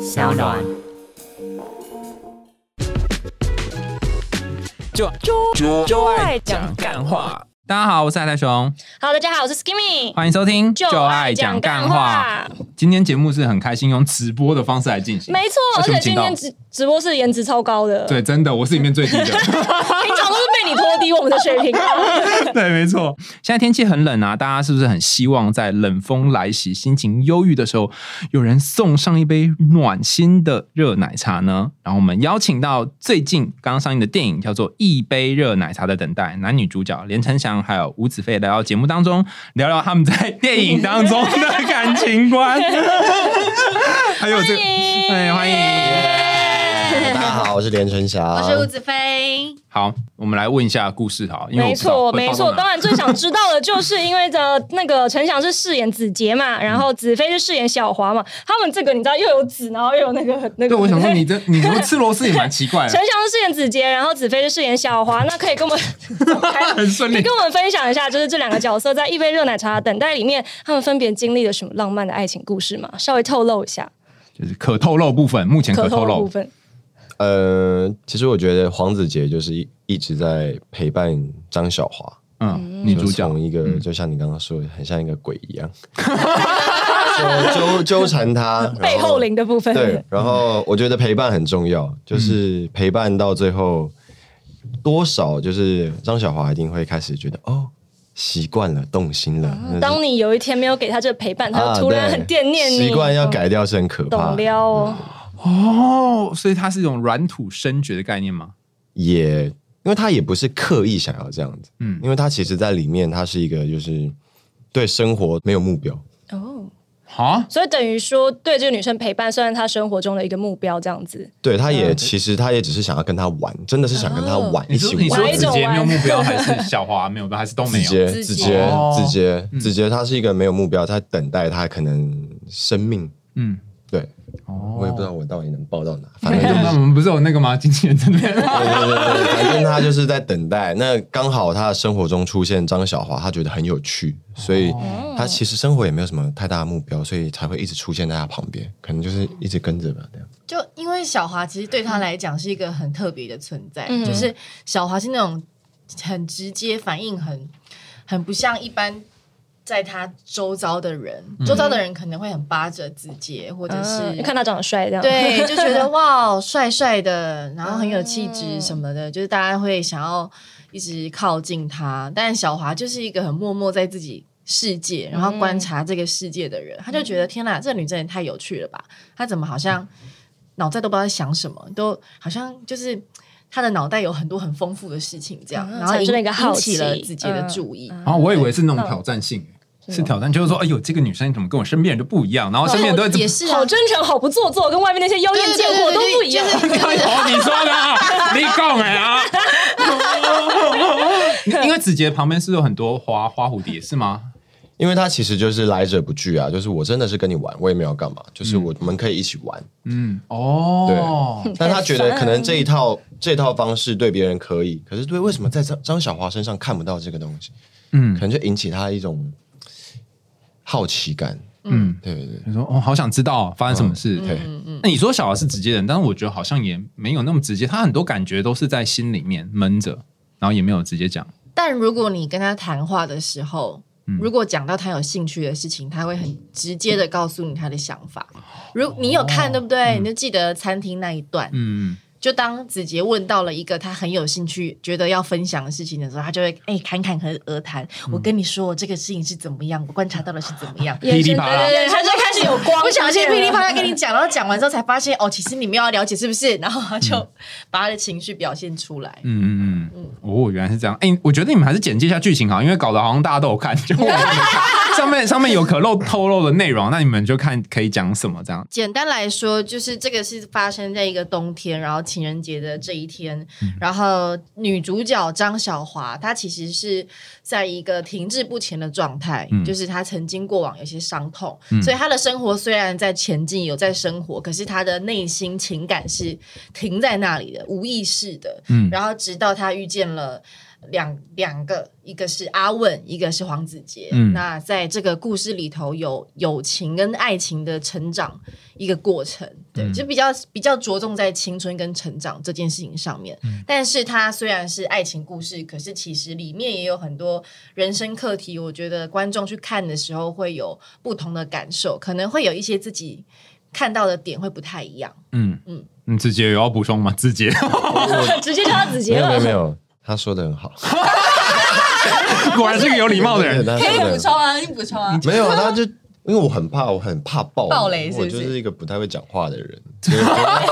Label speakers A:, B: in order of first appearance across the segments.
A: 小暖。
B: 就就就爱讲干话。
C: 大家好，我是海苔熊，
A: Hello，大家好，我是 Skimmy，
C: 欢迎收听
A: 就爱讲干话。
C: 今天节目是很开心，用直播的方式来进行。
A: 没错，而
C: 这是我
A: 且
C: 们
A: 今
C: 警告
A: 天直直播室颜值超高的，
C: 对，真的，我是里面最低的。
A: 平常都是被你拖低我们的水 平啊。
C: 对，没错。现在天气很冷啊，大家是不是很希望在冷风来袭、心情忧郁的时候，有人送上一杯暖心的热奶茶呢？然后我们邀请到最近刚上映的电影叫做《一杯热奶茶的等待》，男女主角连城祥还有吴子飞来到节目当中，聊聊他们在电影当中的感情观。 还有这个，哎，欢迎。
D: 大家好，我是连 春霞，
E: 我是吴子飞，
C: 好，我们来问一下故事好，因为我
A: 没
C: 不知道
A: 错，
C: 会
A: 没
C: 报到
A: 错。
C: 哪
A: 当然，最想知道的就是因为的那个陈翔是饰演子杰嘛，
C: 嗯
A: 然后子飞是饰演小华嘛，他们这个你知道又有子，然后又有那个那个。
C: 对，我想说你这你怎么吃螺丝也蛮奇怪
A: 陈
C: 的，
A: 翔是饰演子杰，然后子飞是饰演小华，那可以跟我们
C: 很顺
A: 可以
C: 利
A: 跟。我们分享一下，就是这两个角色在一杯热奶茶的等待里面，他们分别经历了什么浪漫的爱情故事吗？稍微透露一下，
C: 就是可透露部分，目前可透
A: 透露部
C: 露。
A: 分。
D: 呃，其实我觉得黄子杰就是一一直在陪伴张小华，
C: 嗯，女主
D: 就
C: 角
D: 从一个、就像你刚刚说，的，很像一个鬼 一样，就纠纠缠他
A: 背后。灵的部分，
D: 然后对，然后我觉得陪伴很重要，
C: 嗯
D: 就是陪伴到最后，多少就是张小华一定会开始觉得哦，习惯了，动心了。那是
A: 哦当你有一天没有给他这个陪伴，他
D: 啊
A: 就突然
D: 对
A: 很惦念你。哦
D: 习惯要改掉是很可怕
A: 懂，了哦，
C: 哦，所以它是一种软土生掘的概念吗？
D: 也因为他也不是刻意想要这样子，
C: 嗯
D: 因为他其实在里面，他是一个就是对生活没有目标，
A: 哦，
C: 啊，
A: 所以等于说对这个女生陪伴，算是他生活中的一个目标，这样子。
D: 对，他也、其实他也只是想要跟他玩，真的是想跟他玩，
C: 嗯哦你
D: 一
C: 说
D: 起
C: 你
D: 玩
C: 说
A: 哪一
C: 子
A: 种
C: 杰没有
A: 玩
C: 目标，还是小华 没有目标，还是都
D: 子
C: 没有？
D: 杰，
E: 自己
D: 子杰
C: 哦，
D: 子杰，
C: 嗯
D: 子杰，他是一个没有目标，他在等待他可能生命，
C: 嗯，
D: 对
C: 哦
D: 我也不知道我到底能报到哪，反
C: 反
D: 正
C: 正
D: 就是
C: 我们不是有那个吗？经纪人这边
D: 对对对，对反正他就是在等待。那刚好他的生活中出现张小华，他觉得很有趣，所以他其实生活也没有什么太大的目标，所以才会一直出现在他旁边，可能就是一直跟着吧，这样。
E: 就因为小华其实对他来讲是一个很特别的存在，
A: 嗯
E: 就是小华是那种很直接反应很很不像一般在他周遭的人，周遭的人可能会很巴着自己，或者是、
A: 嗯看他长得帅，这样。
E: 对，就觉 得哇，帅帅的，然后很有气质
A: 嗯
E: 什么的，就是大家会想要一直靠近他。但小华就是一个很默默在自己世界，然后
A: 嗯
E: 观察这个世界的人，他就觉得天哪，这女真的太有趣了吧？她怎么好像脑袋都不知道在想什么，都好像就是。她的脑袋有很多很丰富的事情，这样，
A: 嗯
E: 然后
A: 产
E: 引
A: 生了一个好
E: 引起了
A: 奇
E: 自己的
A: 嗯
E: 注意。
C: 然后哦我以为是那种挑战性，是哦挑战，就是说，哎呦，这个女生怎么跟我身边人就不一样？然后身边人都会怎么
E: 也是啊
A: 好真诚，好不做作，跟外面那些妖艳贱货都不一样。
E: 对对对对对就 是
C: 哦，你说的啊，你讲的 啊。因为子杰旁边是不是有很多花花蝴蝶是吗？
D: 因为他其实就是来者不拒啊，就是我真的是跟你玩，我也没有要干嘛，就是我们可以一起玩。
C: 嗯，哦，
D: 但他觉得可能这一套这套方式对别人可以，可是对为什么在张张小华身上看不到这个东西？
C: 嗯
D: 可能就引起他一种好奇感。
C: 嗯，
D: 对对对，
C: 你说哦，好想知道发生什么事。
D: 对
C: 那你说小孩是直接人，但是我觉得好像也没有那么直接，他很多感觉都是在心里面闷着，然后也没有直接讲。
E: 但如果你跟他谈话的时候，如果讲到他有兴趣的事情，他会很直接的告诉你他的想法。如你有看、对不对？你就记得餐厅那一段。
C: 嗯，
E: 就当子杰问到了一个他很有兴趣、觉得要分享的事情的时候，他就会哎侃侃而谈。我跟你说，我这个事情是怎么样，我观察到的是怎 么样。
C: 噼里啪啦
A: 眼神对对对，他就开始有光，
E: 不小心噼里啪
A: 啦。
E: 啦跟你讲，然后讲完之后才发现，哦，其实你们要了解是不是？然后他就 把他的情绪表现出来。
C: 嗯嗯嗯，哦，原来是这样。哎、我觉得你们还是简介一下剧情好，因为搞得好像大家都有看，就我没 看。上面上面有可露透露的内容，啊那你们就看可以讲什么这样。
E: 简单来说，就是这个是发生在一个冬天，然后情人节的这一天，
C: 嗯
E: 然后女主角张小华她其实是在一个停滞不前的状态，
C: 嗯
E: 就是她曾经过往有些伤痛，
C: 嗯
E: 所以她的生活虽然在前进，有在生活，可是她的内心情感是停在那里的，无意识的，
C: 嗯
E: 然后直到她遇见了。两两个，一个是阿问，一个是黄子杰。
C: 嗯
E: 那在这个故事里头有友情跟爱情的成长，一个过程，对，
C: 嗯
E: 就比较比较着重在青春跟成长这件事情上面。
C: 嗯
E: 但是它虽然是爱情故事，可是其实里面也有很多人生课题。我觉得观众去看的时候会有不同的感受，可能会有一些自己看到的点会不太一样。
C: 嗯嗯
E: 嗯，
C: 你子杰有要补充吗？子 杰，
A: 直接叫他子
D: 没
A: 杰
D: 有
A: 了。
D: 没有没有，他说的很好，
C: 果然是个有礼貌的人。
D: 对，对对他说得很好
E: 啊，你补充啊。
D: 没有，他就因为我很怕，我很怕爆
E: 爆雷是不是
D: 我就是一个不太会讲话的人， 所以我觉得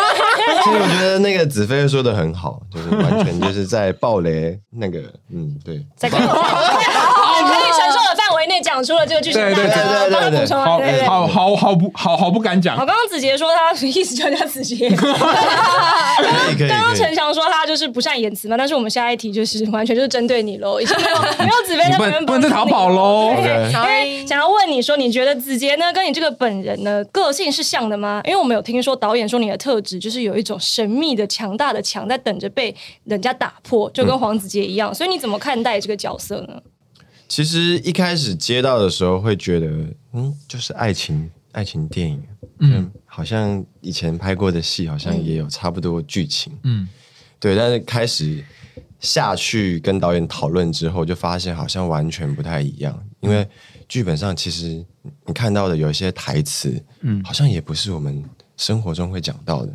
D: 所以我觉得那个子飞说的很好，就是完全就是在爆雷那个，嗯，对，
A: 在可以哎可以承受的范围内讲出了这个剧情，
C: 对对
A: 大家
D: 对对对
A: 帮他补
D: 对
A: 充啊
C: 好
A: 对对对
C: 好好好不好好不敢
A: 我
C: 讲，
A: 刚刚子杰说他 意思叫他 子杰，
D: 可以可以
A: 刚刚
D: 可
A: 陈
D: 以。
A: 翔说他就是不善言辞嘛，但是我们下一题就是完全就是针对你喽，已经没 有没有子飞
C: 你
A: 在
C: 不能
A: 旁边
C: 不能再逃跑
A: 喽。
C: 喽。
D: OK，
A: 因为想要问你说，你觉得子杰呢跟你这个本人呢个性是像的吗？因为我们有听说导演说你的特质就是有一种神秘的强大的墙在等着被人家打破，就跟
C: 嗯
A: 黄子杰一样。所以你怎么看待这个角色呢？
D: 其实一开始接到的时候会觉得，嗯，就是爱情爱情电影，嗯，好像以前拍过的戏好像也有差不多剧情，
C: 嗯
D: 对，但是开始下去跟导演讨论之后，就发现好像完全不太一样，因为剧本上其实你看到的有一些台词，嗯，好像也不是我们生活中会讲到的。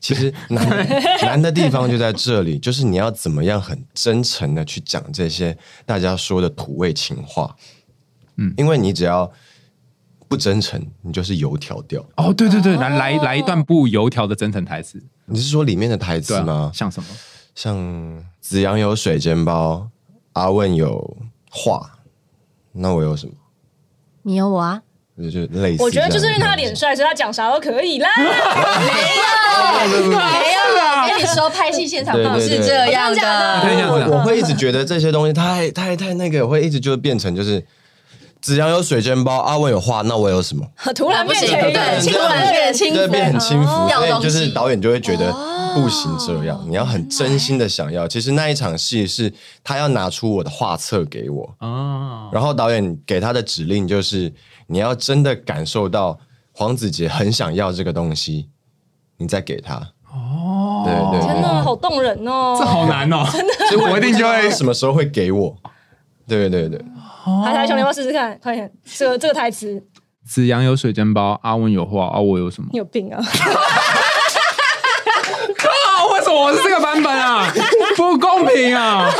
D: 其 实难难的地方就在这里， 就是你要怎么样很真诚的去讲这些大家说的土味情话，嗯，因为你只要不真诚，你就是油条掉。
C: 哦，对对对，来来来一段不油条的真诚台词，
D: 你是说里面的台
C: 对
D: 词吗
C: 啊，？像什么？
D: 像子阳有水煎包，阿问有画，那我有什么？
E: 你有我啊，
D: 就是类似。
A: 我觉得就是因为他脸，帅，所以他讲啥都可以啦。
E: 没有啊。跟你说，拍戏现场
D: 对对
E: 不是
D: 对
E: 这样
A: 真的
C: 假的
E: 的。
C: 这样子啊
D: 我我会一直觉得这些东西太太太那个，我会一直就变成就是子阳有水煎包，阿问有画，那我有什么？
A: 突然变成一个
E: 对
A: 亲
E: 突
A: 吻
E: 然变轻
D: 就会
C: 哦
D: 变很轻浮，
E: 要
D: 所以
E: 东西
D: 就是导演就会觉得不行这样，你要很真心的想要。其实那一场戏是他要拿出我的画册给我，
C: 哦，
D: 然后导演给他的指令就是，你要真的感受到黄子杰很想要这个东西，你再给他。哦，对对
A: 真的好动人哦！
C: 这好难哦， 真的，
D: 对，
C: 我一定就会
D: 他什么时候会给我？对对对，
A: 海苔熊，你要不要试试看？快点，这个这个台词
C: 子阳有水煎包，阿文有话，啊，我有什么
A: 你？有病啊！
C: 啊，为什么我是这个版本啊？ 不公平 啊！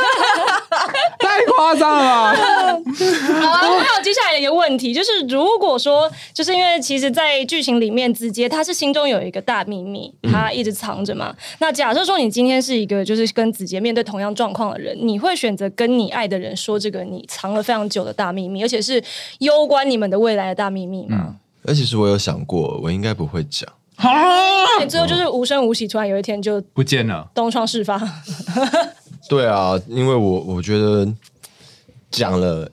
C: 太夸张了吧！
A: 好啊，那还有接下来的一个问题，就是如果说，就是因为其实，在剧情里面，子杰他是心中有一个大秘密，他一直藏着嘛。那假设说你今天是一个就是跟子杰面对同样状况的人，你会选择跟你爱的人说这个你藏了非常久的大秘密，而且是攸关你们的未来的大秘密吗？
D: 而且是我有想过，我应该不会讲。
A: 那你最后就是无声无息，突然有一天就
C: 不见了，
A: 东窗事发，
D: 对啊，因为我我觉得讲了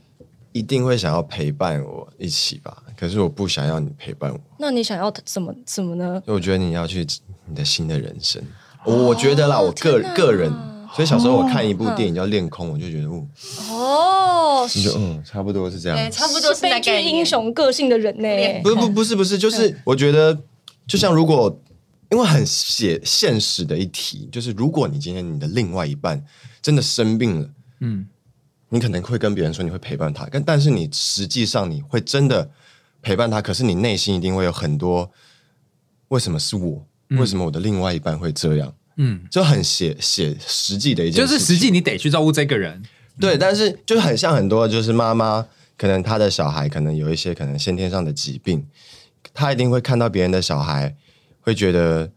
D: 一定会想要陪伴我一起吧，可是我不想要你陪伴我。
A: 那你想要怎么怎么呢？
D: 我觉得你要去你的新的人生。我我觉得啦，我个个人，所以小时候我看一部电影叫《恋空》，我就觉得，哦，
A: 哦，
D: 你就嗯，差不多是这样
E: 对，。差不多是
A: 悲
E: 那
A: 剧
E: 概
A: 英
E: 念。
A: 雄个性的人呢、
D: 不是不不是不是，就是我觉得，就像如果因为很写现实的一题，就是如果你今天你的另外一半真的生病了，
C: 嗯，
D: 你可能会跟别人说你会陪伴他，但但是你实际上你会真的陪伴他，可是你内心一定会有很多为什么是我，为什么我的另外一半会这样，
C: 嗯，
D: 就很写写实际的一件
C: 就
D: 事情，
C: 是实际你得去照顾这个人，
D: 对，但是就很像很多就是妈妈，可能她的小孩可能有一些可能先天上的疾病，她一定会看到别人的小孩，会觉得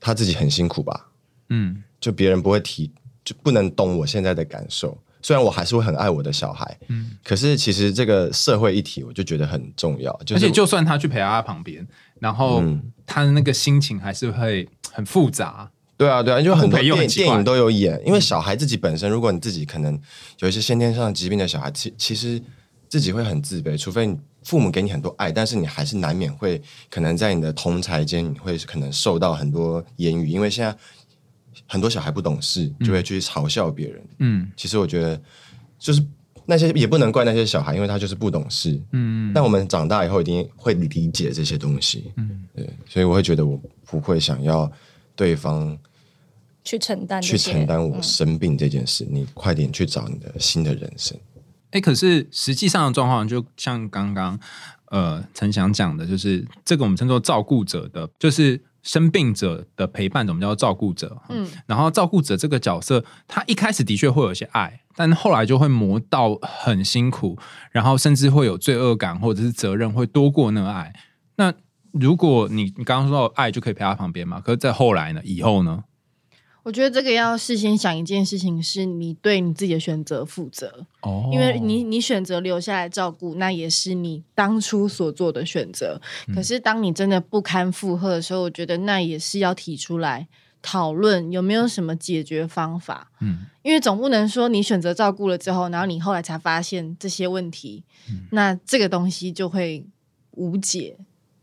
D: 她自己很辛苦吧，
C: 嗯
D: 就别人不会提，就不能懂我现在的感受。虽然我还是会很爱我的小孩，
C: 嗯，
D: 可是其实这个社会议题，我就觉得很重要。就
C: 而
D: 是、
C: 且就算他去陪他旁边，然后
D: 嗯
C: 他的那个心情还是会很复杂，
D: 对啊，对啊，因为很多
C: 不陪又
D: 电
C: 很
D: 影
C: 奇怪
D: 电影都有演，因为小孩自己本身，如果你自己可能有一些先天上的疾病的小孩，其其实自己会很自卑，除非你父母给你很多爱，但是你还是难免会可能在你的同才间，你会可能受到很多言语，因为现在很多小孩不懂事，就会去嘲笑别人。
C: 嗯，
D: 其实我觉得就是那些也不能怪那些小孩，因为他就是不懂事。
C: 嗯，
D: 但我们长大以后一定会理解这些东西。嗯，对，所以我会觉得我不会想要对方
A: 去承担这
D: 去
A: 些，嗯
D: 承担我生病这件事，你快点去找你的新的人生。
C: 哎，可是实际上的状况，就像刚刚呃陈翔讲的，就是这个我们称作照顾者的，就是生病者的陪伴者，我们叫做照顾者。嗯，然后照顾者这个角色，他一开始的确会有一些爱，但后来就会磨到很辛苦，然后甚至会有罪恶感或者是责任会多过那个爱。那如果你你刚刚说到爱就可以陪他旁边嘛，可是在后来呢？以后呢？
E: 我觉得这个要事先想一件事情，是你对你自己的选择负责，
C: 哦
E: 因为你你选择留下来照顾，那也是你当初所做的选择。
C: 嗯
E: 可是当你真的不堪负荷的时候，我觉得那也是要提出来讨论有没有什么解决方法。
C: 嗯
E: 因为总不能说你选择照顾了之后，然后你后来才发现这些问题，那这个东西就会无解。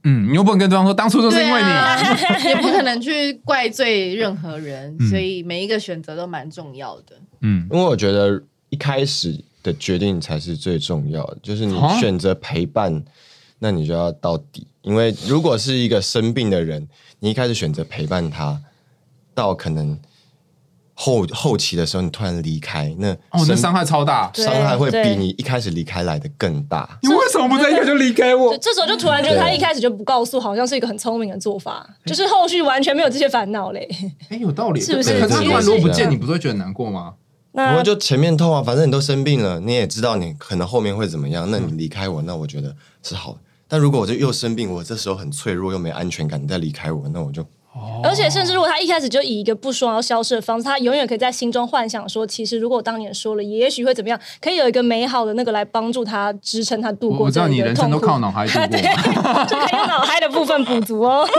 C: 嗯，你又不能跟对方说当初都是因为你。
E: 啊、 也不可能去怪罪任何人，
C: 嗯
E: 所以每一个选择都蛮重要的。
C: 嗯
D: 因为我觉得一开始的决定才是最重要的，就是你
C: 啊
D: 选择陪伴，那你就要到底。因为如果是一个生病的人，你一开始选择陪伴他，到可能后后期的时候，你突然离开，那
C: 哦，那
D: 生
C: 伤害超大。
A: 对
D: 伤害会比
A: 对
D: 你一开始离开来的更大。
C: 你为什么不在一开就离开
A: 就
C: 我？
A: 这时候就突然觉得他
D: 对
A: 一开始就不告诉，好像是一个很聪明的做法，就是后续完全没有这些烦恼 嘞。
C: 哎，有道理，
A: 是不是
C: 可是他
D: 其实
C: 突然如果不
D: 是
C: 见，你不是会觉得难过吗？
D: 不
A: 那
D: 过就前面痛啊，反正你都生病了，你也知道你可能后面会怎么样。那你离开我，那我觉得是好的。但如果我就又生病，我这时候很脆弱又没安全感，你再离开我，那我就
A: 而且甚至如果他一开始就以一个不说要消失的方式，他永远可以在心中幻想说，其实如果我当年说了，也许会怎么样，可以有一个美好的那个来帮助他支撑他度
C: 我
A: 过
C: 我知
A: 这
C: 道
A: 样
C: 你
A: 一个
C: 人生
A: 痛
C: 都
A: 苦。
C: 靠脑海度
A: 对
C: 过。，
A: 就可以用脑海的部分补足哦。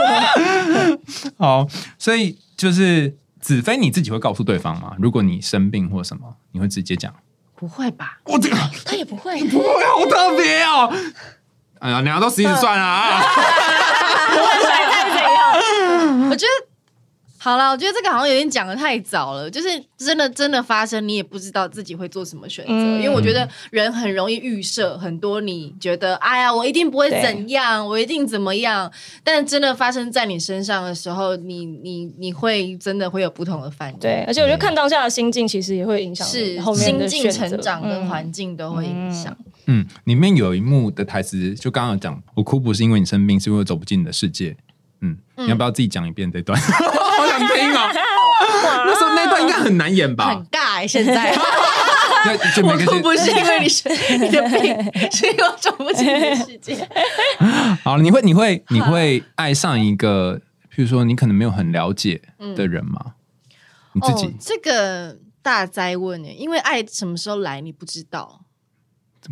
C: 好，所以就是子非你自己会告诉对方吗？如果你生病或什么，你会直接讲？
E: 不会吧？
C: 我这个
A: 他也不会，
C: 不会好特别哦。哎呀，两个都十一岁算了啊！
E: 我觉得好了，我觉得这个好像有点讲的太早了。就是真的真的发生，你也不知道自己会做什么选择，
A: 嗯
E: 因为我觉得人很容易预设很多，你觉得哎呀，我一定不会
A: 对
E: 怎样，我一定怎么样，但真的发生在你身上的时候，你你你会真的会有不同的反应。
A: 对，而且我觉得看当下的心境其实也会影响你
E: 是
A: 后面
E: 心
A: 的
E: 境
A: 选
E: 成
A: 择
E: 长跟
A: 嗯
E: 环境都会影响。
C: 嗯，里面有一幕的台词，就刚刚有讲，我哭不是因为你生病，是因为我走不进你的世界。嗯，你要不要自己讲一遍这段？ 好想听哦！那时候那段应该很难演
A: 嗯
C: 吧？
E: 很尬、欸，现在
C: 那就每个
E: 我哭不
C: 是
E: 是因为你是你的 病，是因为我走不进你的世界。
C: 好了，你会你会你会爱上一个，譬如说你可能没有很了解的人吗？你自己、
E: 嗯哦、这个大灾问呢、因为爱什么时候来你不知道。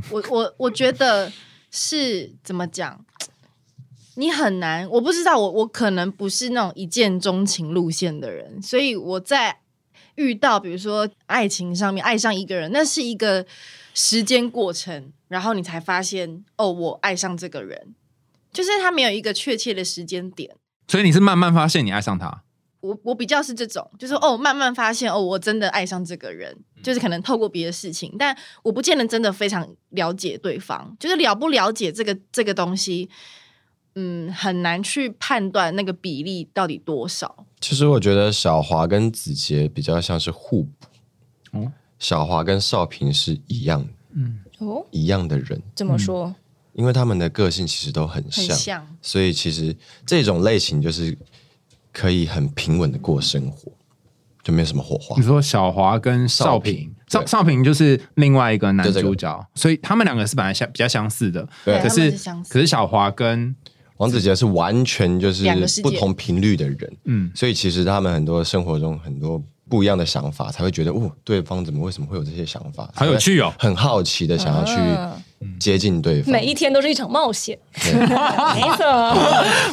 E: 我我我觉得是怎么讲，你很难，我不知道，我我可能不是那种一见钟情路线的人，所以我在遇到比如说爱情上面爱上一个人，那是一个时间过程，然后你才发现哦，我爱上这个人，就是他没有一个确切的时间点。
C: 所以你是慢慢发现你爱上他，
E: 我我比较是这种，就是哦，慢慢发现哦，我真的爱上这个人，就是可能透过别的事情，但我不见得真的非常了解对方，就是了不了解这个这个东西，嗯，很难去判断那个比例到底多少。
D: 其实我觉得小华跟子杰比较像是互补，
C: 哦
D: 小华跟少平是一样
A: 哦，
D: 一样的人，
A: 怎么说？
D: 因为他们的个性其实都很
E: 很
D: 像，
E: 像
D: 所以其实这种类型就是可以很平稳的过生活，就没有什么火花
C: 你。说小华跟少平，少
D: 少平对
C: 少平就是另外一个男
D: 就这个
C: 主角，所以他们两个是本来相比较相似的，
D: 对
C: 可
E: 他
C: 是
E: 们是相似
C: 可是小华跟
D: 王子杰是完全就是
E: 两个世界
D: 不同频率的人，
C: 嗯
D: 所以其实他们很多生活中很多不一样的想法，才会觉得哦，对方怎么为什么会有这些想法，
C: 好有趣哦，
D: 很好奇的想要
A: 啊
D: 去接近对方。
A: 每一天都是一场冒险，
D: 对
A: 没错。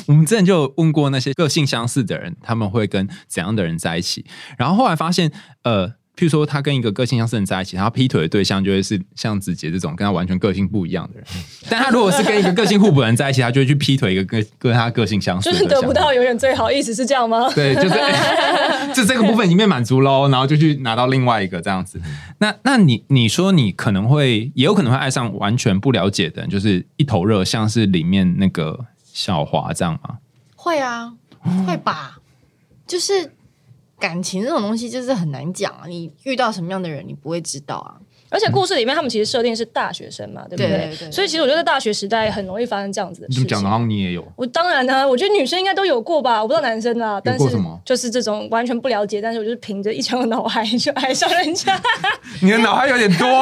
C: 我们之前就有问过那些个性相似的人，他们会跟怎样的人在一起？然后后来发现，呃，譬如说他跟一个个性相似的人在一起，然后劈腿的对象就会是像子杰这种跟他完全个性不一样的 人。但他如果是跟一个个性互补的人在一起，他就会去劈腿一个跟跟他个性相似
A: 就
C: 的
A: 是
C: 人。
A: 得不到永远最好，意思是这样吗？
C: 对， 就是就这个部分已经被满足喽，然后就去拿到另外一个这样子。
A: 嗯
C: 那那你你说你可能会也有可能会爱上完全不了解的人，就是一头热，像是里面那个小华这样吗？
E: 会啊，会吧？就是感情这种东西就是很难讲啊，你遇到什么样的人，你不会知道啊。
A: 而且故事里面他们其实设定是大学生嘛，对不
E: 对
A: 对？
E: 对对
A: 所以其实我觉得在大学时代很容易发生这样子的
C: 你
A: 事
C: 怎么
A: 情。
C: 讲的？好像你也有，
A: 我当然呢、我觉得女生应该都有过吧，我不知道男生啊，但是
C: 什么
A: 就是这种完全不了解，但是我就是凭着一腔的脑海就爱上人家，
C: 你的脑还有点多。
A: 因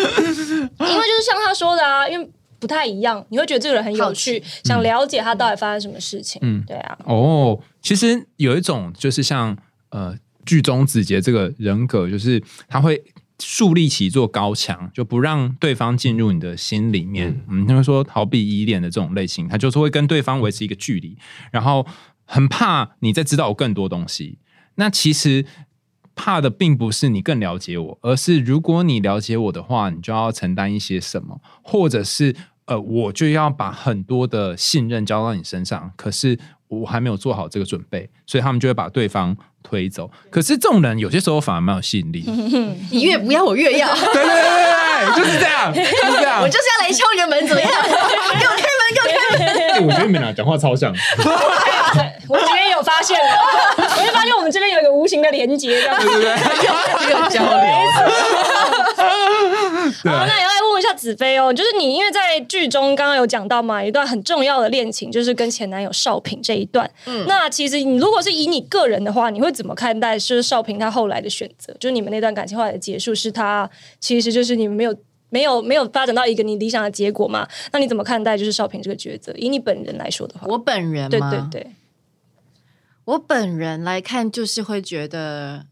A: 为就是像他说的啊，因为不太一样，你会觉得这个人很有趣，想了解他到底发生什么事情。
C: 嗯
A: 对啊，
C: 哦，其实有一种就是像呃剧中子杰这个人格，就是他会树立起一座高墙，就不让对方进入你的心里面。嗯，他们说逃避依恋的这种类型，他就是会跟对方维持一个距离，然后很怕你再知道我更多东西。那其实。怕的并不是你更了解我，而是如果你了解我的话，你就要承担一些什么，或者是呃，我就要把很多的信任交到你身上，可是我还没有做好这个准备，所以他们就会把对方推走。可是这种人有些时候反而蛮有吸引力， 对对
E: 你越不要，我越要， 我
C: 对对对，就是这样，就是这 样。
E: 就是要来敲你的门，怎么样？ 给我开门，给我开门！
C: 哎我觉得你们俩讲话超 像，
A: 我这边有发现了， 我就发现我们这边有一个无形的连接，这样
C: 对不对？
E: 有交流，
C: 对啊
A: 好，哦那也要来问一下子飞哦，就是你因为在剧中刚刚有讲到嘛，一段很重要的恋情就是跟前男友少平这一段。那其实你如果是以你个人的话，你会怎么看待就是少平他后来的选择？就是你们那段感情后来的结束，是他其实就是你们没有没有没有发展到一个你理想的结果嘛？那你怎么看待就是少平这个抉择？以你本人来说的话，
E: 我本人
A: 对
E: 吗？
A: 对对，
E: 我本人来看，就是会觉得，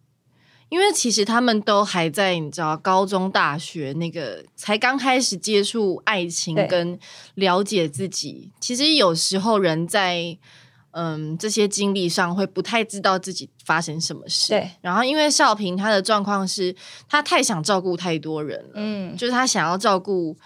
E: 因为其实他们都还在你知道高中、大学那个才刚开始接触爱情
A: 对
E: 跟了解自己。其实有时候人在嗯这些经历上会不太知道自己发生什么事。
A: 对，
E: 然后因为少平他的状况是他太想照顾太多人了，
A: 嗯，
E: 就是他想要照顾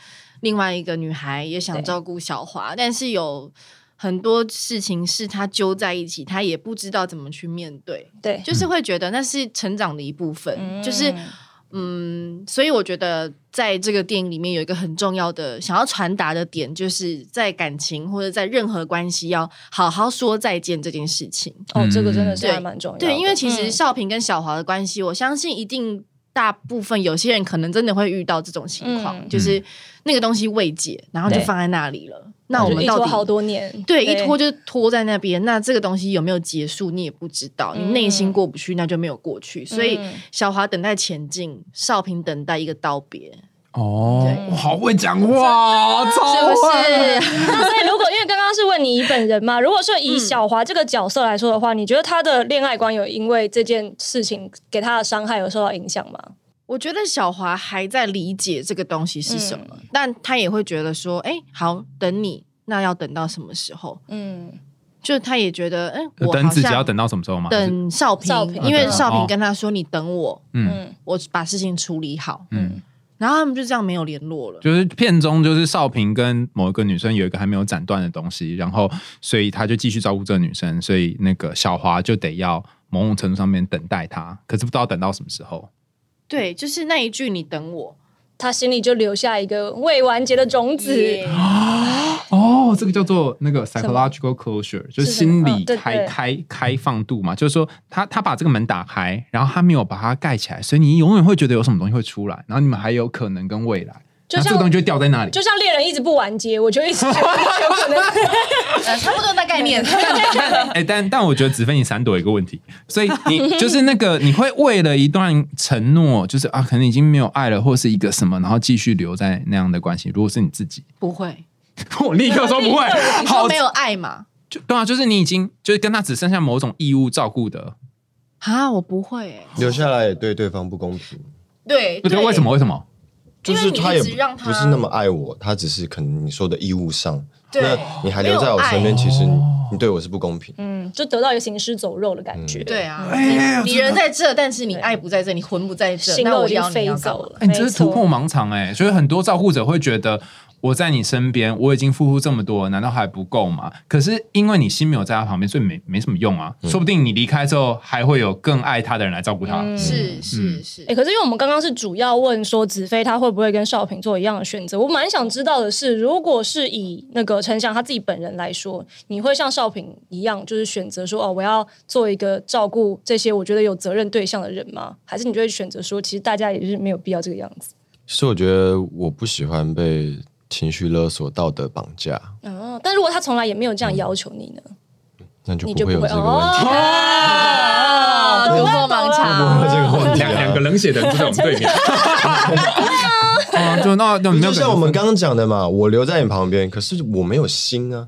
E: 另外一个女孩，也想
A: 对
E: 照顾小华，但是有很多事情是他揪在一起，他也不知道怎么去面对，
A: 对，
E: 就是会觉得那是成长的一部分，就是
A: 嗯
E: 嗯，所以我觉得在这个电影里面有一个很重要的想要传达的点，就是在感情或者在任何关系要好好说再见这件事情。
A: 哦，这个真的是
E: 对
A: 还蛮重要的。
E: 对，因为其实
A: 嗯
E: 少平跟小华的关系，我相信一定大部分有些人可能真的会遇到这种情况，
A: 嗯
E: 就是那个东西未解，然后就
A: 对
E: 放在那里了。那我
A: 就
E: 们
A: 一
E: 到
A: 拖
E: 底
A: 好多年，
E: 对一拖就拖在那边，那这个东西有没有结束你也不知道，你内心
A: 嗯
E: 过不去，那就没有过去。所以
A: 嗯
E: 小华等待前进，少平等待一个道别，
C: 哦，
E: 对
C: 我好会讲话，超
A: 哦
E: 是
C: 会。
E: 不是？
A: 那所以，如果因为刚刚是问你本人嘛，如果说以小华这个角色来说的话，你觉得他的恋爱观有因为这件事情给他的伤害有受到影响吗？
E: 我觉得小华还在理解这个东西是什么，
A: 嗯
E: 但他也会觉得说，哎、好，等你，那要等到什么时候？
A: 嗯，
E: 就他也觉得，嗯，我
C: 呃等
E: 好
C: 自己
E: 像
C: 要等到什么时候吗？还是
E: 等少平，
A: 少平
E: 因为
A: 嗯
E: 少
C: 哦
E: 平跟他说：“你等我，
C: 嗯
A: 嗯
E: 我把事情处理好。
C: 嗯，”
E: 然后他们就这样没有联络了。
C: 就是片中就是少平跟某一个女生有一个还没有斩断的东西，然后所以他就继续照顾这个女生，所以那个小华就得要某种程度上面等待她，可是不知道等到什么时候。
E: 对，就是那一句“你等我
A: 他心里就留下一个未完结的种”，子。
C: 哦，这个叫做那个 psychological closure，就是是
A: 什么
C: 心理
A: 哦对
C: 开、
A: 对
C: 开开放度嘛，就是说他他把这个门打开，然后他没有把它盖起来，所以你永远会觉得有什么东西会出来，然后你们还有可能跟未来，
A: 就
C: 然后
A: 像
C: 这个东西就会掉在那里。
A: 就像恋人一直不完结，我就一直 觉得有可能
E: 呃，差不多那概念。
C: 哎、但但我觉得子芬你闪躲一个问题，所以你就是那个你会为了一段承诺，就是啊，可能已经没有爱了，或是一个什么，然后继续留在那样的关系。如果是你自己，
E: 不会，
C: 我立刻说不会，
E: 你
C: 好
E: 说没有爱嘛？
C: 就对啊，就是你已经就是跟他只剩下某种义务照顾的，
E: 啊，我不会、欸。
D: 留下来也对对方不公平。
E: 对，
C: 不对？为什么？？为什么？
D: 就
E: 因为
D: 是
E: 你
D: 他
E: 一
D: 也
E: 直让他
D: 不是那么爱我，他只是可能你说的义务上，
E: 对
D: 那你还留在我身
E: 没
D: 边，
E: 有爱
D: 其实你你对我是不公平。
A: 嗯，就得到一个行尸走肉的感
C: 嗯
A: 觉。
E: 对，啊，
C: 哎
E: 你你人在这，但是你爱不在这，你魂不在这，
A: 心
E: 那
A: 都
E: 我
A: 已经
E: 要你
A: 飞
E: 要干
A: 走
E: 嘛？
A: 了。
C: 哎，你这
A: 没
C: 是突
A: 错
C: 破盲肠哎、所以很多照顾者会觉得我在你身边，我已经付出这么多了，难道还不够吗？可是因为你心没有在他旁边，所以没没什么用啊。说不定你离开之后，还会有更爱他的人来照顾他。
E: 是
C: 嗯
E: 是
A: 哎、
D: 嗯
E: 是，
A: 可是因为我们刚刚是主要问说子飞他会不会跟少平做一样的选择，我蛮想知道的是，如果是以那个陈翔他自己本人来说，你会像少平一样，就是选择说哦，我要做一个照顾这些我觉得有责任对象的人吗？还是你就会选择说，其实大家也是没有必要这个样子？
D: 其实我觉得我不喜欢被情绪勒索、道德绑架，
A: 哦，但如果他从来也没有这样要求你呢，
D: 那就
A: 你就
D: 不会有
A: 会
D: 这个问题。
A: 哦，
E: 突
A: 懂
E: 破
A: 了
D: 不
E: 盲
D: 会有
E: 肠，
D: 这个问题、
C: 两两个
D: 啊。
C: 冷血的人就在我们对面。啊，就那那没有
D: 就像我们刚刚讲的嘛，我留在你旁边，可是我没有心啊。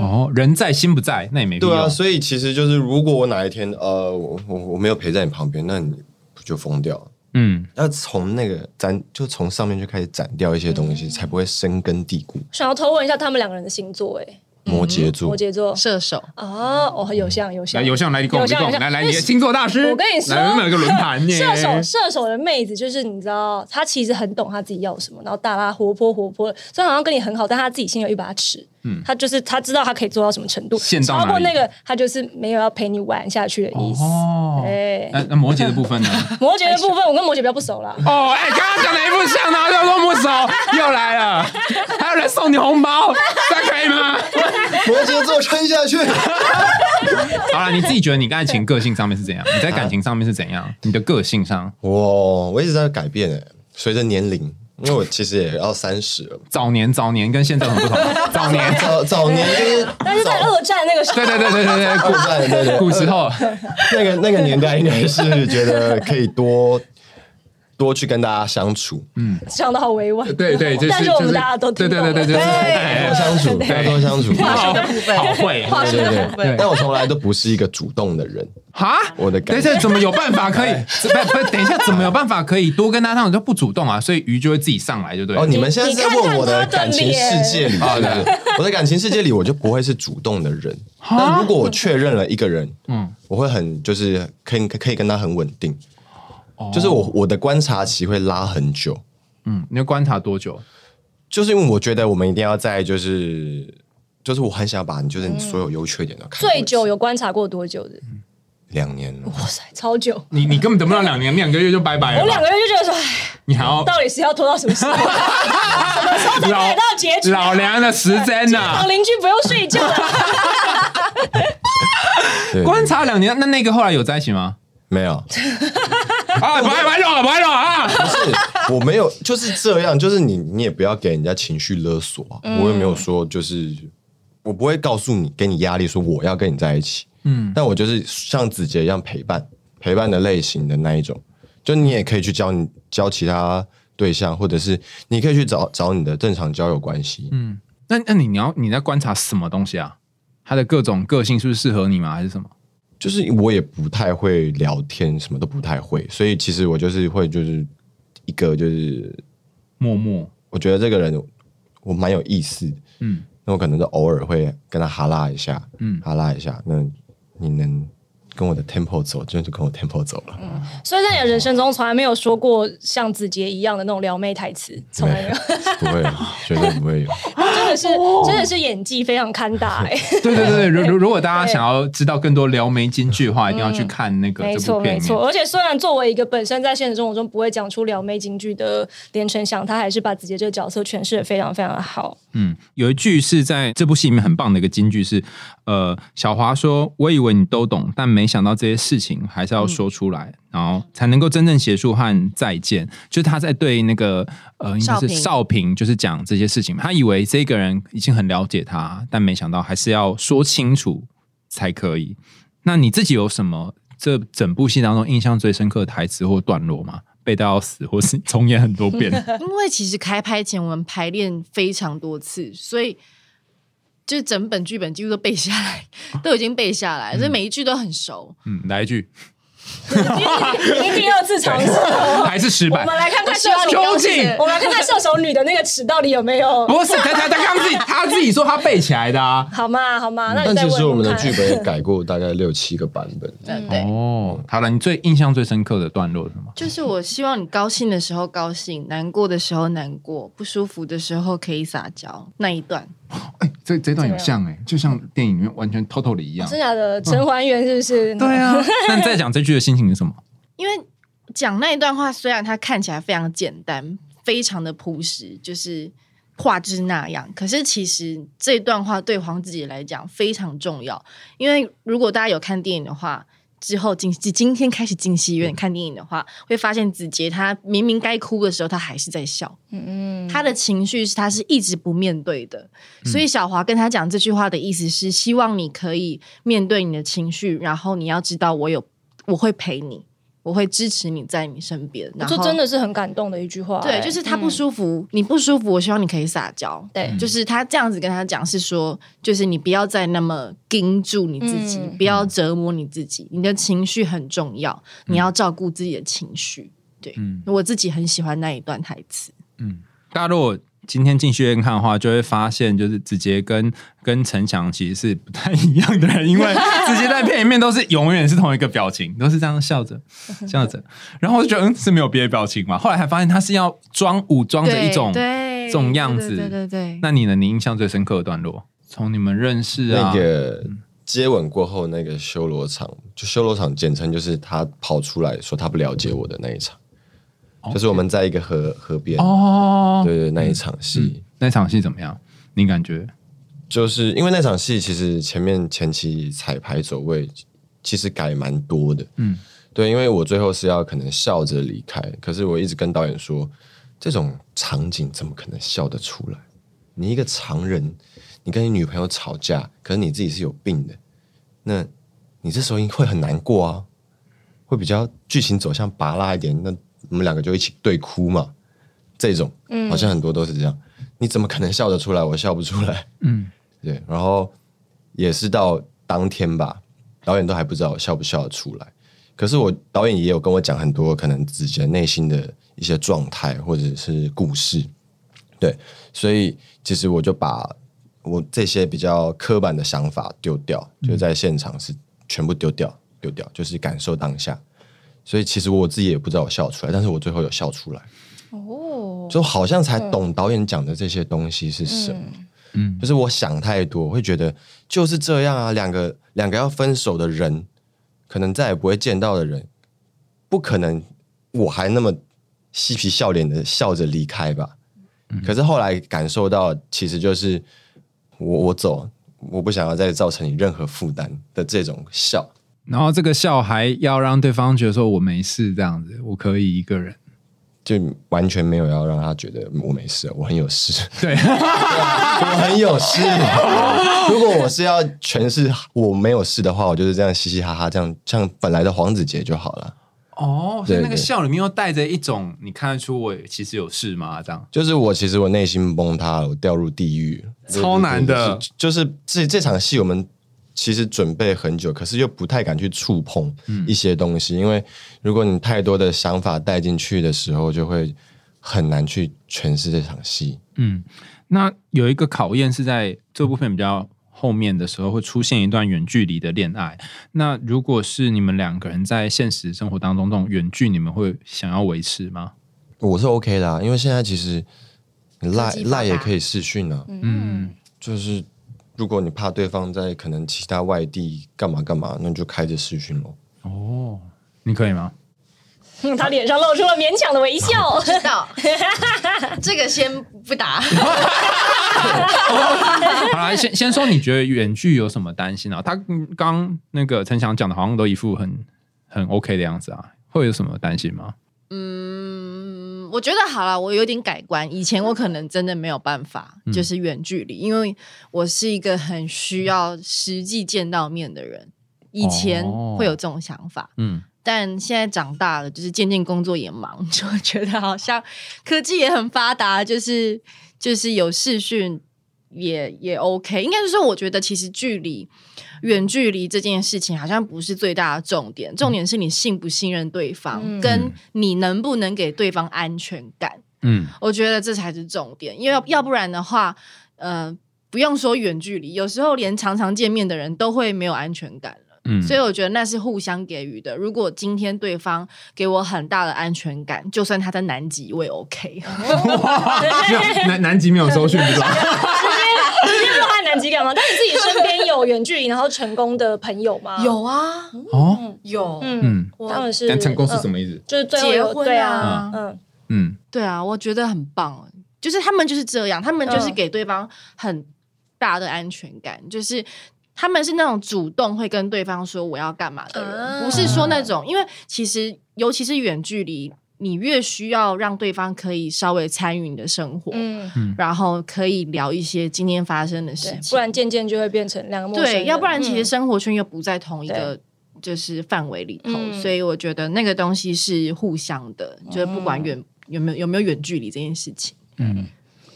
C: 哦，人在心不在，那也没必
D: 对啊，
C: 要。
D: 所以其实就是，如果我哪一天呃，我我我没有陪在你旁边，那你不就疯掉了？
C: 嗯，
D: 要从那个斩，就从上面就开始斩掉一些东
A: 嗯
D: 西，才不会深根蒂固。
A: 想要偷问一下他们两个人的星座、哎，
D: 摩羯座，
A: 摩羯座
E: 射手，
A: 哦，哦，有像有像
C: 来，有像来，你跟我
A: 有像
C: 们
A: 有像
C: 来来，
A: 因
C: 你
A: 为
C: 的星座大师，
A: 我跟你说
C: 来我们有个轮 盘耶，
A: 射手射手的妹子就是你知道，她其实很懂她自己要什么，然后大拉活泼活泼，虽然好像跟你很好，但她自己心有一把尺。嗯，她就是她知道她可以做到什么程度，
C: 线到
A: 超过
C: 哪
A: 那
C: 里
A: 个她就是没有要陪你玩下去的意思。
C: 哦
A: 哎
C: 那那摩羯的部分呢？
A: 摩羯的部分，我跟摩羯比较不熟 啦。
C: 哦，哎，刚刚讲哪一部像呢？又说不熟，又来了， 还有人送你红包，这可以吗？
D: 摩羯座撑 下去。
C: 好了，你自己觉得你感情个性上面是怎样？你在感情上面是怎样？你的个性上，
D: 我我一直在改变诶、随着年龄，因为我其实也要三十了。
C: 早年早年跟现在有什么 不同？早年，
D: 早早年就是
A: 但是在
D: 早
A: 二战那个时候，
C: 对对对对对对，古
D: 对对对，
C: 古时候，
D: 那个那个年代应该是觉得可以多多去跟大家相处，
A: 讲的好委婉。
C: 对对，就是
A: 但是我们
C: 就
A: 大家都
C: 对
A: 听
C: 对对对
A: 懂
C: 对，就是
D: 多相处，
C: 对
D: 大家多相处。
C: 好
D: 对
C: 好会
A: 化学
D: 对
A: 的
D: 对对，但我从来都不是一个主动的人，
C: 哈，
D: 我的
C: 等一
D: 感觉。
C: 下怎么有办法可以？不不，等一下怎么有办法可以多跟他上？我就不主动啊，所以鱼就会自己上来，就对了。
D: 哦，你们现在是在问我的感情世界 里，
C: 看看他的
D: 是不是我的感情世界里，我就不会是主动的人。但如果我确认了一个人，
C: 嗯
D: 嗯，我会很就是可以可以跟他很稳定，就是我我的观察期会拉很久，
C: 嗯，你要观察多久？
D: 就是因为我觉得我们一定要在就是就是我很想把你就是你所有优缺点都看过一
A: 嗯
D: 次
A: 最久有观察过多久的？
D: 两年了，
A: 哇塞，超久！
C: 你你根本等不到两年，两个月就拜拜了吧。
A: 我两个月就觉得说，哎，
C: 你还要
A: 到底是要拖到什 么时候？什么时候才
C: 老
A: 看得到结局？
C: 老梁的时间呐
A: 好，邻居不用睡觉了。
D: 对
C: 观察两年，那那个后来有在一起吗？
D: 没有，
C: 啊，不爱玩了，不爱了啊！
D: 不是我没有，就是这样，就是你你也不要给人家情绪勒索啊，
A: 嗯
D: 我也没有说就是我不会告诉你给你压力说我要跟你在一起，嗯，但我就是像子杰一样陪伴陪伴的类型的那一种，就你也可以去交你交其他对象，或者是你可以去找找你的正常交友关系，
C: 那那你你要你在观察什么东西啊？他的各种个性是不是适合你吗？还是什么？
D: 就是我也不太会聊天，什么都不太会，所以其实我就是会就是一个就是
C: 默默，
D: 我觉得这个人我蛮有意思，
C: 嗯
D: 嗯，那我可能就偶尔会跟他哈拉一下，
C: 嗯
D: 嗯，哈拉一下，那你能跟我的 tempo 走，就就跟我 tempo 走了，
A: 嗯所以在你的人生中，从来没有说过像子杰一样的那种撩妹台词，从来没有，
D: 不会，绝对不会 有。
A: 真的是真的是演技非常堪大哎、欸，
C: 对对对对，如如如果大家想要知道更多撩妹金句的话，一定要去看那个
A: 嗯没
C: 这
A: 错
C: 部片
A: 没
C: 里
A: 错。
C: 面。
A: 而且虽然作为一个本身在现实生活中不会讲出撩妹金句的连城祥，他还是把子杰这个角色诠释的非常非常的好。
C: 嗯，有一句是在这部戏里面很棒的一个金句是，呃，小华说：“我以为你都懂，但没想到这些事情还是要说出来，
E: 嗯
C: 然后才能够真正结束和再见。”就是他在对那个呃，应该
E: 少
C: 是
E: 平
C: 少平，就是讲这些事情。他以为这个人已经很了解他，但没想到还是要说清楚才可以。那你自己有什么这整部戏当中印象最深刻的台词或段落吗？背到要死，或是重演很多 遍？
E: 因为其实开拍前我们排练非常多次，所以就是整本 剧本几乎都背下来，都已经背下来，所以每一句都很熟。
C: 嗯，来一句。
A: 您第二次尝试了。
C: 还是失
A: 我
C: 败。
A: 们来看看射手
C: 究
A: 女
C: 竟
A: 我们来看看射手女的那个尺到底有没 有？
C: 不是，他他他刚自己他自己说他背起来的啊。
A: 好嘛，好嘛，那你
D: 但
A: 再
D: 其
A: 问
D: 实我
A: 问
D: 们的
A: 看
D: 剧本也改过大概六七个版 本。
E: 嗯， 对。
C: 哦，好了，你最印象最深刻的段落是什么？
E: 就是我希望你高兴的时候高兴，难过的时候难过，不舒服的时候可以撒娇那一段。
C: 哎、这这段有像哎、就像电影里面完全 totally 一 样
A: 真假的陈还原是不是？
C: 对啊，那你在讲这句的心情是什么？
E: 因为讲那一段话，虽然它看起来非常简单，非常的朴实，就是话就是那样，可是其实这段话对黄子杰来讲非常重要。因为如果大家有看电影的话，之后进今天开始进戏院看电影的话，会发现子杰他明明该哭的时候，他还是在笑。
A: 嗯，
E: 他的情绪是他是一直不面对的，所以小华跟他讲这句话的意思是希望你可以面对你的情绪，然后你要知道我有我会陪你，我会支持你在你身边，然后
A: 哦这真。的是很感动的一句话、
E: 对，
A: 哎
E: 就是他不舒服，你不舒服，我希望你可以撒娇。
A: 对
E: 就是他这样子跟他讲，是说，就是你不要再那么盯住你自己，
A: 嗯
E: 不要折磨你自己，你的情绪很重要，你要照顾自己的情绪。对、
C: 嗯
E: 我自己很喜欢那一段台词。
C: 大家如果今天进戏院看的话，就会发现，就是子杰跟跟陈翔其实是不太一样的人，因为子杰在片里面都是永远是同一个表情，都是这样笑 着笑着，然后我就觉得嗯是没有别的表情嘛，后来还发现他是要装武装着一种。
E: 对
C: 这种样子
E: 对对对对
C: 那你呢？你印象最深刻的段落，从你们认识啊，
D: 那个接吻过后那个修罗场，就修罗场简称就是他跑出来说他不了解我的那一场，就是我们在一个河河边，
C: 哦，嗯
D: 对对，那一场戏，
C: 那场戏怎么样？你感觉？
D: 就是因为那场戏其实前面前期彩排走位其实改蛮多的，
C: 嗯
D: 嗯，对，因为我最后是要可能笑着离开，可是我一直跟导演说，这种场景怎么可能笑得出来？你一个常人，你跟你女朋友吵架，可是你自己是有病的，那你这时候会很难过啊，会比较剧情走向拔辣一点，那我们两个就一起对哭嘛，这种好像很多都是这样，你怎么可能笑得出来？我笑不出来。
C: 嗯，
D: 对，然后也是到当天吧，导演都还不知道我笑不笑得出来。可是我导演也有跟我讲很多可能自己的内心的一些状态或者是故事，对，所以其实我就把我这些比较刻板的想法丢掉，就在现场是全部丢掉，丢掉就是感受当下。所以其实我自己也不知道我笑出来，但是我最后有笑出来，
A: 哦，
D: 就好像才懂导演讲的这些东西是什么。
C: 嗯
D: 就是我想太多，我会觉得就是这样啊，两个两个要分手的人，可能再也不会见到的人，不可能我还那么嬉皮笑脸的笑着离开吧。可是后来感受到，其实就是我我走，我不想要再造成你任何负担的这种笑。
C: 然后这个笑还要让对方觉得说我没事，这样子，我可以一个人。
D: 就完全没有要让他觉得我没事，我很有事，
C: 对，
D: 我很有事。如果我是要诠释我没有事的话，我就是这样嘻嘻哈哈，这样像本来的黄子杰就好了。
C: 哦，所以
D: 对
C: 那个
D: 对
C: 笑里面又带着一种你看得出我其实有事吗？这样
D: 就是我其实我内心崩塌了，我掉入地狱了，
C: 超难的
D: 就是就是这这场戏我们其实准备很久，可是又不太敢去触碰
C: 嗯
D: 一些东西，因为如果你太多的想法带进去的时候，就会很难去诠释这场戏。
C: 嗯，那有一个考验是在这部片比较后面的时候会出现一段远距离的恋爱。那如果是你们两个人在现实生活当中这种远距，你们会想要维持吗？
D: 我是 OK 的、啊，因为现在其实你赖
E: 科技发达
D: 赖也可以视讯啊，
C: 嗯，
D: 就是如果你怕对方在可能其他外地干嘛干嘛，那你就开着视讯咯。
C: 哦，你可以吗？
A: 嗯 他脸上露出了勉强的微 笑。
E: 知道，这个先不答。
C: 好啦，先先说你觉得远距有什么担心啊？他嗯刚那个陈翔讲的，好像都一副很很 OK 的样子啊，会有什么担心吗？
E: 嗯，我觉得好了，我有点改观。以前我可能真的没有办法，
C: 嗯
E: 就是远距离，因为我是一个很需要实际见到面的人。以前
C: 哦
E: 会有这种想法，
C: 嗯，
E: 但现在长大了，就是渐渐工作也忙， 就会觉得好像科技也很发达，就是就是有视讯也也 OK。应该是说，我觉得其实距离远距离这件事情好像不是最大的重点，重点是你信不信任对方，
A: 嗯
E: 跟你能不能给对方安全感。
C: 嗯，
E: 我觉得这才是重点，因为要要不然的话，呃，不用说远距离，有时候连常常见面的人都会没有安全感了。
C: 嗯
E: 所以我觉得那是互相给予的。如果今天对方给我很大的安全感，就算他在南极，我也 OK。
C: 没有南南极没有搜寻，你知道 吗？
A: 你有和南极感吗？但你自己身边有远距离然后成功的朋友吗？，
E: 有啊，
C: 哦，
E: 有，
A: 嗯，
C: 嗯，
A: 他们是
C: 但成
E: 呃
C: 功是什
A: 么？
C: 么意思？
A: 就是最后有
E: 结婚啊
A: 对啊，嗯，
C: 嗯，
E: 对啊，我觉得很棒。就是他们就是这样，他们就是
A: 嗯
E: 给对方很大的安全感，就是。他们是那种主动会跟对方说我要干嘛的人，
A: 啊
E: 不是说那种，因为其实尤其是远距离，你越需要让对方可以稍微参与你的生活，
A: 嗯，
E: 然后可以聊一些今天发生的事
A: 对
E: 情，，
A: 不然渐渐就会变成两个陌生人
E: 对，要不然其实
A: 嗯
E: 生活圈又不在同一个就是范围里头，
A: 嗯
E: 所以我觉得那个东西是互相的，就是不管远有没有有没有远距离这件事情，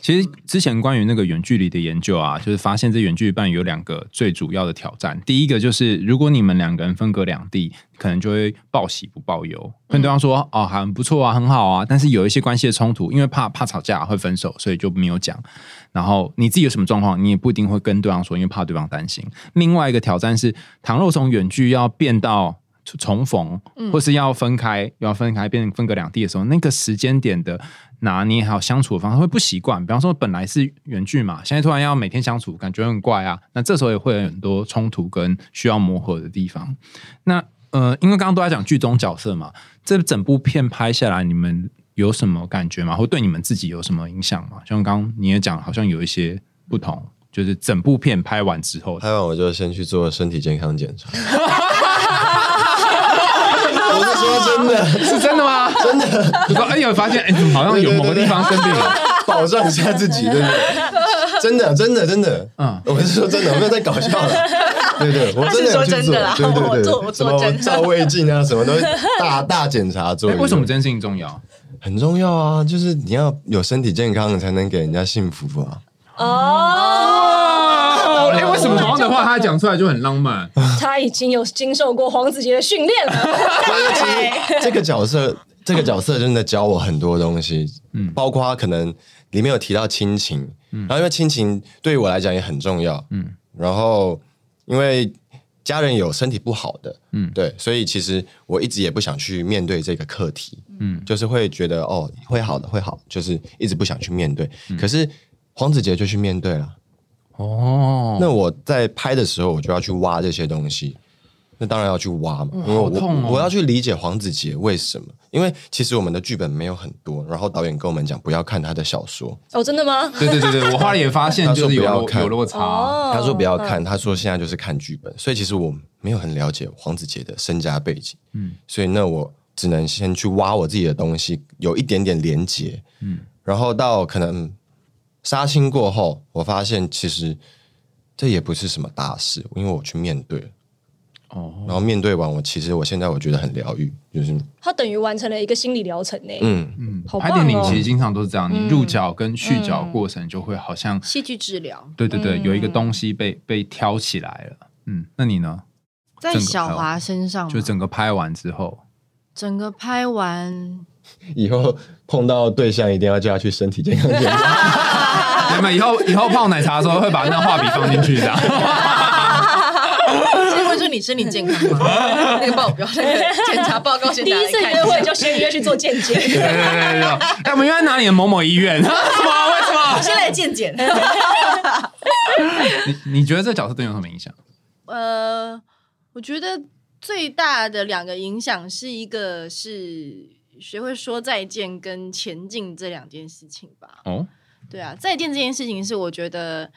C: 其实之前关于那个远距离的研究啊，就是发现这远距离伴侣有两个最主要的挑战。第一个就是，如果你们两个人分隔两地，可能就会报喜不报忧，跟对方说、哦很不错啊，很好啊，但是有一些关系的冲突，因为怕怕吵架会分手，所以就没有讲。然后你自己有什么状况，你也不一定会跟对方说，因为怕对方担心。另外一个挑战是，倘若从远距要变到重逢，或是要分开，要分开变分隔两地的时候，那个时间点的拿捏还有相处的方式会不习惯。比方说，本来是远距嘛，现在突然要每天相处，感觉很怪啊。那这时候也会有很多冲突跟需要磨合的地方。那呃，因为刚刚都在讲剧中角色嘛，这整部片拍下来，你们有什么感觉吗？或对你们自己有什么影响吗？像刚刚你也讲，好像有一些不同，就是整部片拍完之后，
D: 拍完我就先去做身体健康检查。 我是说真的，
C: 是真的吗？真的，就说哎有发现，哎，怎么好像有某个地方生病 了？
D: 保障一下自己，真的， 真的，真的，真的，
C: 嗯
D: 嗯，我是说真的，我没有在搞笑 了。对对，我真的有
E: 他是说
D: 去
E: 真的啦
D: 对对
E: 我做
D: 对，什
E: 我做真
D: 么
E: 的
D: 照胃镜啊，什么都大大检查做
C: 哎
D: 一个。
C: 为什么这件事情重要？
D: 很重要啊？就是你要有身体健康，你才能给人家幸福啊。
A: 哦，
C: 哎，为什么同样的话他讲出来就很浪漫？
E: 嗯
A: 他已经有经受过黄子杰的训练 了？
D: 这个角色，这个角色真的教我很多东西，嗯，包括可能里面有提到亲情，嗯，然后因为亲情对于我来讲也很重要，嗯，然后因为家人有身体不好的，嗯，对，所以其实我一直也不想去面对这个课题，嗯，就是会觉得哦会好的会好，就是一直不想去面对，可是黄子杰就去面对了。
C: 哦，
D: 那我在拍的时候，我就要去挖这些东西。那当然要去挖嘛，因为我、
C: 好痛哦
D: 我要去理解黄子杰为什么，因为其实我们的剧本没有很多，然后导演跟我们讲不要看他的小说，
A: 哦，真的吗？
C: 对对对对，我后来也发现就是有
D: 他说
C: 落
D: 不要看
C: 有落差。
A: 哦，
D: 他说不要
C: 嗯
D: 看，他说现在就是看剧本，所以其实我没有很了解黄子杰的身家背景，嗯，所以那我只能先去挖我自己的东西，有一点点连结，嗯，然后到可能杀青过后，我发现其实这也不是什么大事，因为我去面对了。
C: 哦，
D: 然后面对完我，其实我现在我觉得很疗愈，就是
A: 他等于完成了一个心理疗程呢。
D: 嗯，
C: 嗯
A: 好棒
C: 拍
A: 哦嗯
C: 电影其实经常都是这样，你入角跟续角过程就会好像，
E: 戏剧治疗。
C: 对对
A: 嗯
C: 对，有一个东西被被挑起来了。嗯，那你呢？
E: 在
C: 整个
E: 小
C: 拍完
E: 华身
A: 哦
E: 上嘛，
C: 就整个拍完之后，
E: 整个拍 完，
D: 以后碰到对象一定要叫他去身体健康检 查。
C: 你们以后以后泡奶茶的时候会把那画笔放进去 的。
E: 先问说你身体健康吗？ 那个报表，那个检查报 告先
A: 第
E: 拿
A: 一
E: 来
A: 次
E: 看一
A: 约
E: 下
A: 会就先约去做健
C: 对
A: 检，
C: 对对对对，哎，我们应该拿你的某某医院， 什么？为什么？
E: 先来健检。
C: 你你觉得这角色对你有什么影响？
E: 呃，我觉得最大的两个影响是一个是学会说再见跟前进这两件事情吧。
C: 哦，
E: 对啊，再见这件事情是我觉得。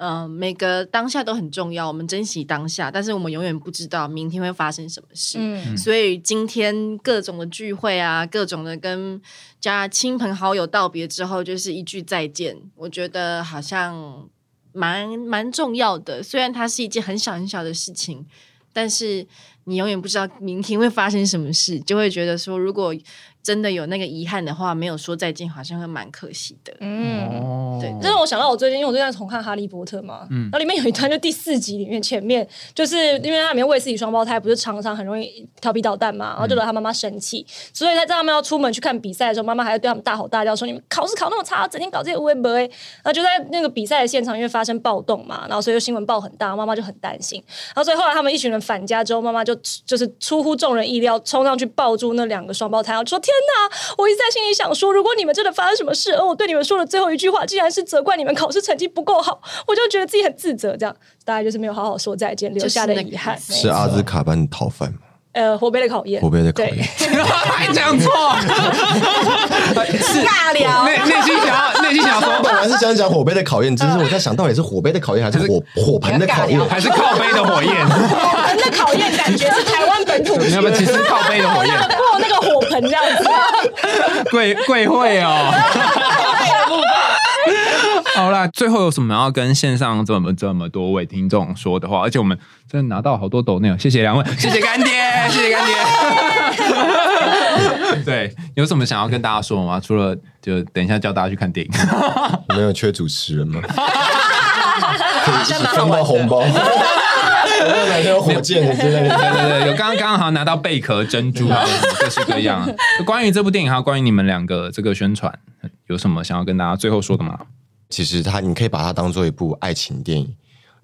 E: 呃，每个当下都很重要，我们珍惜当下，但是我们永远不知道明天会发生什么事。
A: 嗯，
E: 所以今天各种的聚会啊，各种的跟家亲朋好友道别之后，就是一句再见，我觉得好像蛮蛮重要的。虽然它是一件很小很小的事情，但是你永远不知道明天会发生什么事，就会觉得说，如果真的有那个遗憾的话，没有说再见，好像会蛮可惜的。
A: 嗯。
C: 哦，
E: 对
A: 这让我想到我最近，因为我最近在重看《哈利波特》嘛，然后里面有一段就第四集里面前面，就是因为他里面卫斯理双胞胎不是常常很容易调皮捣蛋嘛，然后就惹他妈妈生气，所以他在他们要出门去看比赛的时候，妈妈还要对他们大吼大叫说：“你们考试考那么差，整天搞这些微博。”然后就在那个比赛的现场，因为发生暴动嘛，然后所以就新闻报很大，妈妈就很担心。然后所以后来他们一群人返家之后，妈妈就就是出乎众人意料，冲上去抱住那两个双胞胎，然后说：“天哪！我一直在心里想说，如果你们真的发生什么事，而我对你们说的最后一句话竟然是责怪你们考试成绩不够好，我就觉得自己很自责。这样，大概就是没有好好说再见，留下的遗憾。
E: 就是
D: 是阿兹卡班的逃犯吗？
A: 呃，火杯的考验，
D: 我被的考
A: 对
D: 验。
C: 啊还讲 错，是
E: 尬聊
C: 内内心想 要内心想要
D: 我
C: 说，
D: 本来是想讲火杯的考验，只是我在想到底是火杯的考验 还是火火盆的考验。
C: 还是靠背的火焰？
A: 火盆的考验，感觉是台湾本土
C: 你要不要其实靠背的火 焰？
A: 过那个火盆这样子。
C: 贵贵会哦。好啦，最后有什么要跟线上这么这么多位听众说的话？而且我们真的拿到好多抖内哦，谢谢两位，谢谢干爹， 谢谢干爹。对，有什么想要跟大家说的吗？除了就等一下叫大家去看电影，
D: 你们有缺主持人 吗？可以一起分到红 包。有没有哪天有火箭的之类
C: 对
D: 的？
C: 对对，有刚刚刚好像拿到贝壳、珍珠，还有什么各式各样。关于这部电影，还有关于你们两个这个宣传，有什么想要跟大家最后说的吗？
D: 其实它，你可以把它当做一部爱情电影，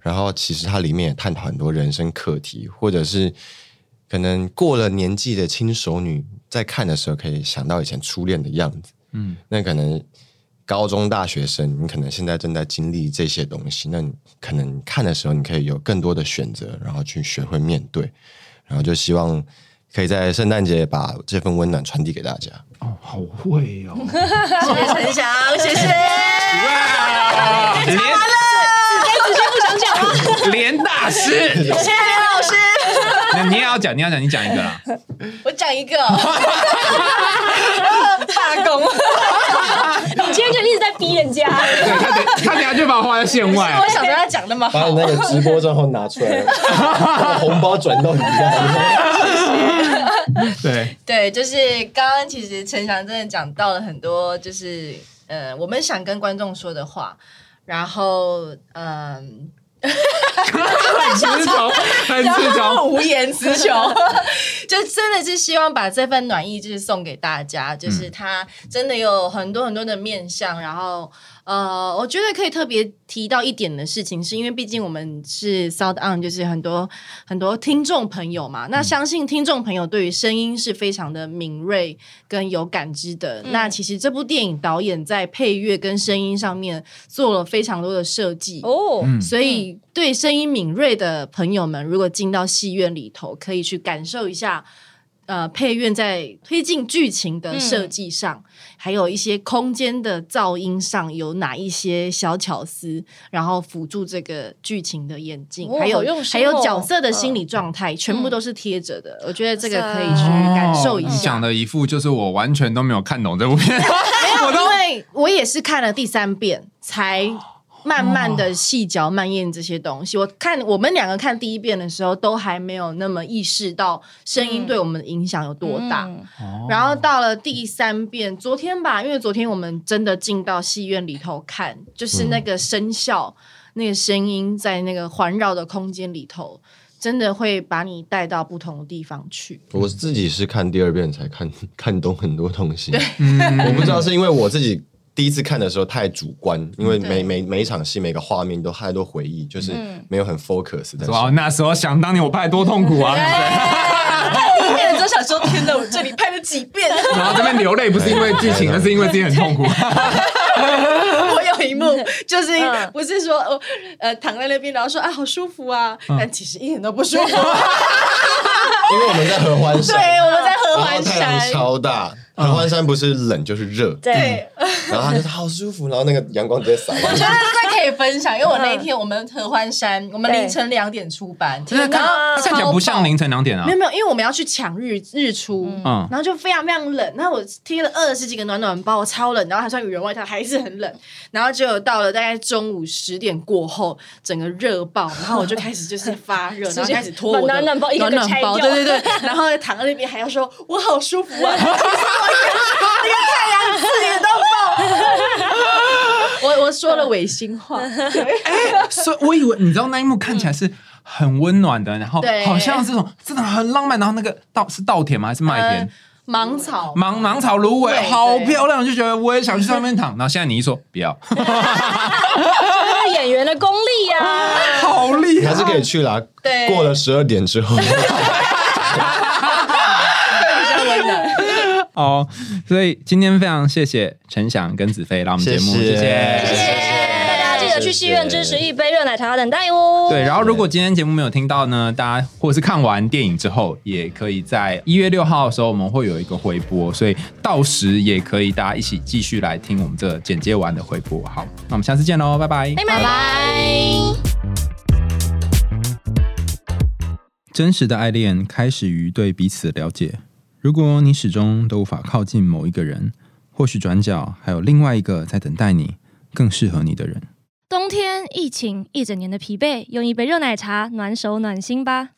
D: 然后其实它里面也探讨很多人生课题，或者是可能过了年纪的轻熟女在看的时候，可以想到以前初恋的样子。
C: 嗯，
D: 那可能高中大学生，你可能现在正在经历这些东西，那你可能看的时候，你可以有更多的选择，然后去学会面对，然后就希望可以在圣诞节把这份温暖传递给大家。
C: 哦，好会哦。
E: 谢谢陈翔，谢谢。
C: 哇！连
A: 只是不想讲啊，
C: 连大师，
E: 谢谢林老师，
C: 那你也要讲，你要讲，你讲一个啦。
E: 我讲一个 哦，罢工。
A: 你今天就一直在逼人 家。
C: 对他等他等下就把我画在线外
E: 我想着要讲那么
D: 把
E: 啊好
D: 你，那个直播账号拿出来，把红包转到你 家。
C: 对，
E: 对，就是刚刚其实陈翔真的讲到了很多，就是呃，我们想跟观众说的话，然后嗯、
C: 很自嘲，很自
E: 我
C: 嘲。
E: 无言之求， 就真的是希望把这份暖意就是送给大家，就是它真的有很多很多的面向，然后呃，我觉得可以特别提到一点的事情，是因为毕竟我们是 Sound On，就是很多很多听众朋友嘛，那相信听众朋友对于声音是非常的敏锐跟有感知的。那其实这部电影导演在配乐跟声音上面做了非常多的设计
A: 哦，
C: 嗯
E: 所以对声音敏锐的朋友们，如果进到戏院里头，可以去感受一下。呃，配乐在推进剧情
A: 嗯
E: 的设计上，还有一些空间的噪音上有哪一些小巧思，然后辅助这个剧情的演进，
A: 哦
E: 还有
A: 好用
E: 还
A: 心哦
E: 有角色的心理状态，全部都是贴着的。我觉得这个可以去感受一
C: 哦你
E: 下。
C: 讲的一副就是我完全都没有看懂这部 片，我
E: 因
C: 都
E: 为我也是看了第三遍才。慢慢的细嚼慢咽这些东西，我看我们两个看第一遍的时候，都还没有那么意识到声音对我们的影响有多大。
A: 嗯
E: 然后到了第三遍，昨天吧，因为昨天我们真的进到戏院里头看，就是那个声效、那个声音在那个环绕的空间里头，真的会把你带到不同的地方去。
D: 我自己是看第二遍才看 看懂很多东西，我不知道是因为我自己第一次看的时候太主观，因为每
E: 嗯对嗯
D: 每每一场戏每个画面都太多回忆，就是没有很 focus 在
C: 哇，
D: 上面。
C: 那时候想当年我拍得多痛苦啊，对不
E: 哎
C: 对？
E: 第一遍的时候想说，天哪，我这里拍了几遍？
C: 然后这边流泪不是因为剧 情，而是因为自己很痛苦。
E: 我有一幕就是
A: 嗯
E: 不是说呃呃躺在那边，然后说啊好舒服啊，
C: 嗯
E: 但其实一点都不 舒服。
D: 因为我们在合欢山，
E: 对，我们在
C: 哦
E: 合
D: 然后
E: 欢
D: 太阳
E: 山，
D: 超大，合欢山不是冷就是热，
A: 对，
D: 然后他就是好舒服，然后那个阳光直接洒。
E: 我觉得这可以分享，因
A: 嗯
E: 为我那一天我们合欢山，我们
A: 对
E: 凌晨两点出班，
C: 真的看
E: 然后
C: 他看起来不
E: 超
C: 像
E: 爆
C: 凌晨两点啊
E: 没，有没有，因为我们要去抢日日出，
C: 嗯
E: 然后就非常非常冷。那我贴了二十几个暖暖包，我超冷，然后还穿羽绒外套，还是很冷。然后结果到了大概中午十点过后，整个热爆，然后我就开始就是发 热，然后开始脱我的
A: 把暖暖包一个
E: 暖
A: 个
E: 暖
A: 拆
E: 包，
A: 掉
E: 对对对，然后躺在那边还要说我好舒服 啊，那个太阳刺眼到爆。我我说了违心话，
C: 所以我以为你知道那一幕看起来是很温暖的，然后
E: 嗯对
C: 好像这种真的很浪漫，然后那个稻是稻田吗？还是麦田？
E: 芒草
C: 芒芒草芦苇
E: 嗯对
C: 好漂亮，我就觉得我也想去上面躺。然后现在你一说不 要，
A: 这是演员的功力呀、
C: 好厉
D: 你
C: 害
D: 还，是可以去啦。
E: 对
D: 过了十二点之后，
E: 比较温暖。
C: 哦，所以今天非常谢谢陈翔跟子飞来我们节目，
D: 谢谢
A: 谢谢大家，记得去戏院支持一杯热奶茶等待哦。
C: 对，然后如果今天节目没有听到呢，大家或者是看完电影之后，也可以在一月六号的时候，我们会有一个回播，所以到时也可以大家一起继续来听我们这简介完的回播。好，那我们下次见喽，拜拜。
A: 拜拜。
C: 真实的爱恋开始于对彼此的了解。如果你始终都无法靠近某一个人，或许转角还有另外一个在等待你，更适合你的人。
A: 冬天疫情一整年的疲惫，用一杯热奶茶暖手暖心吧。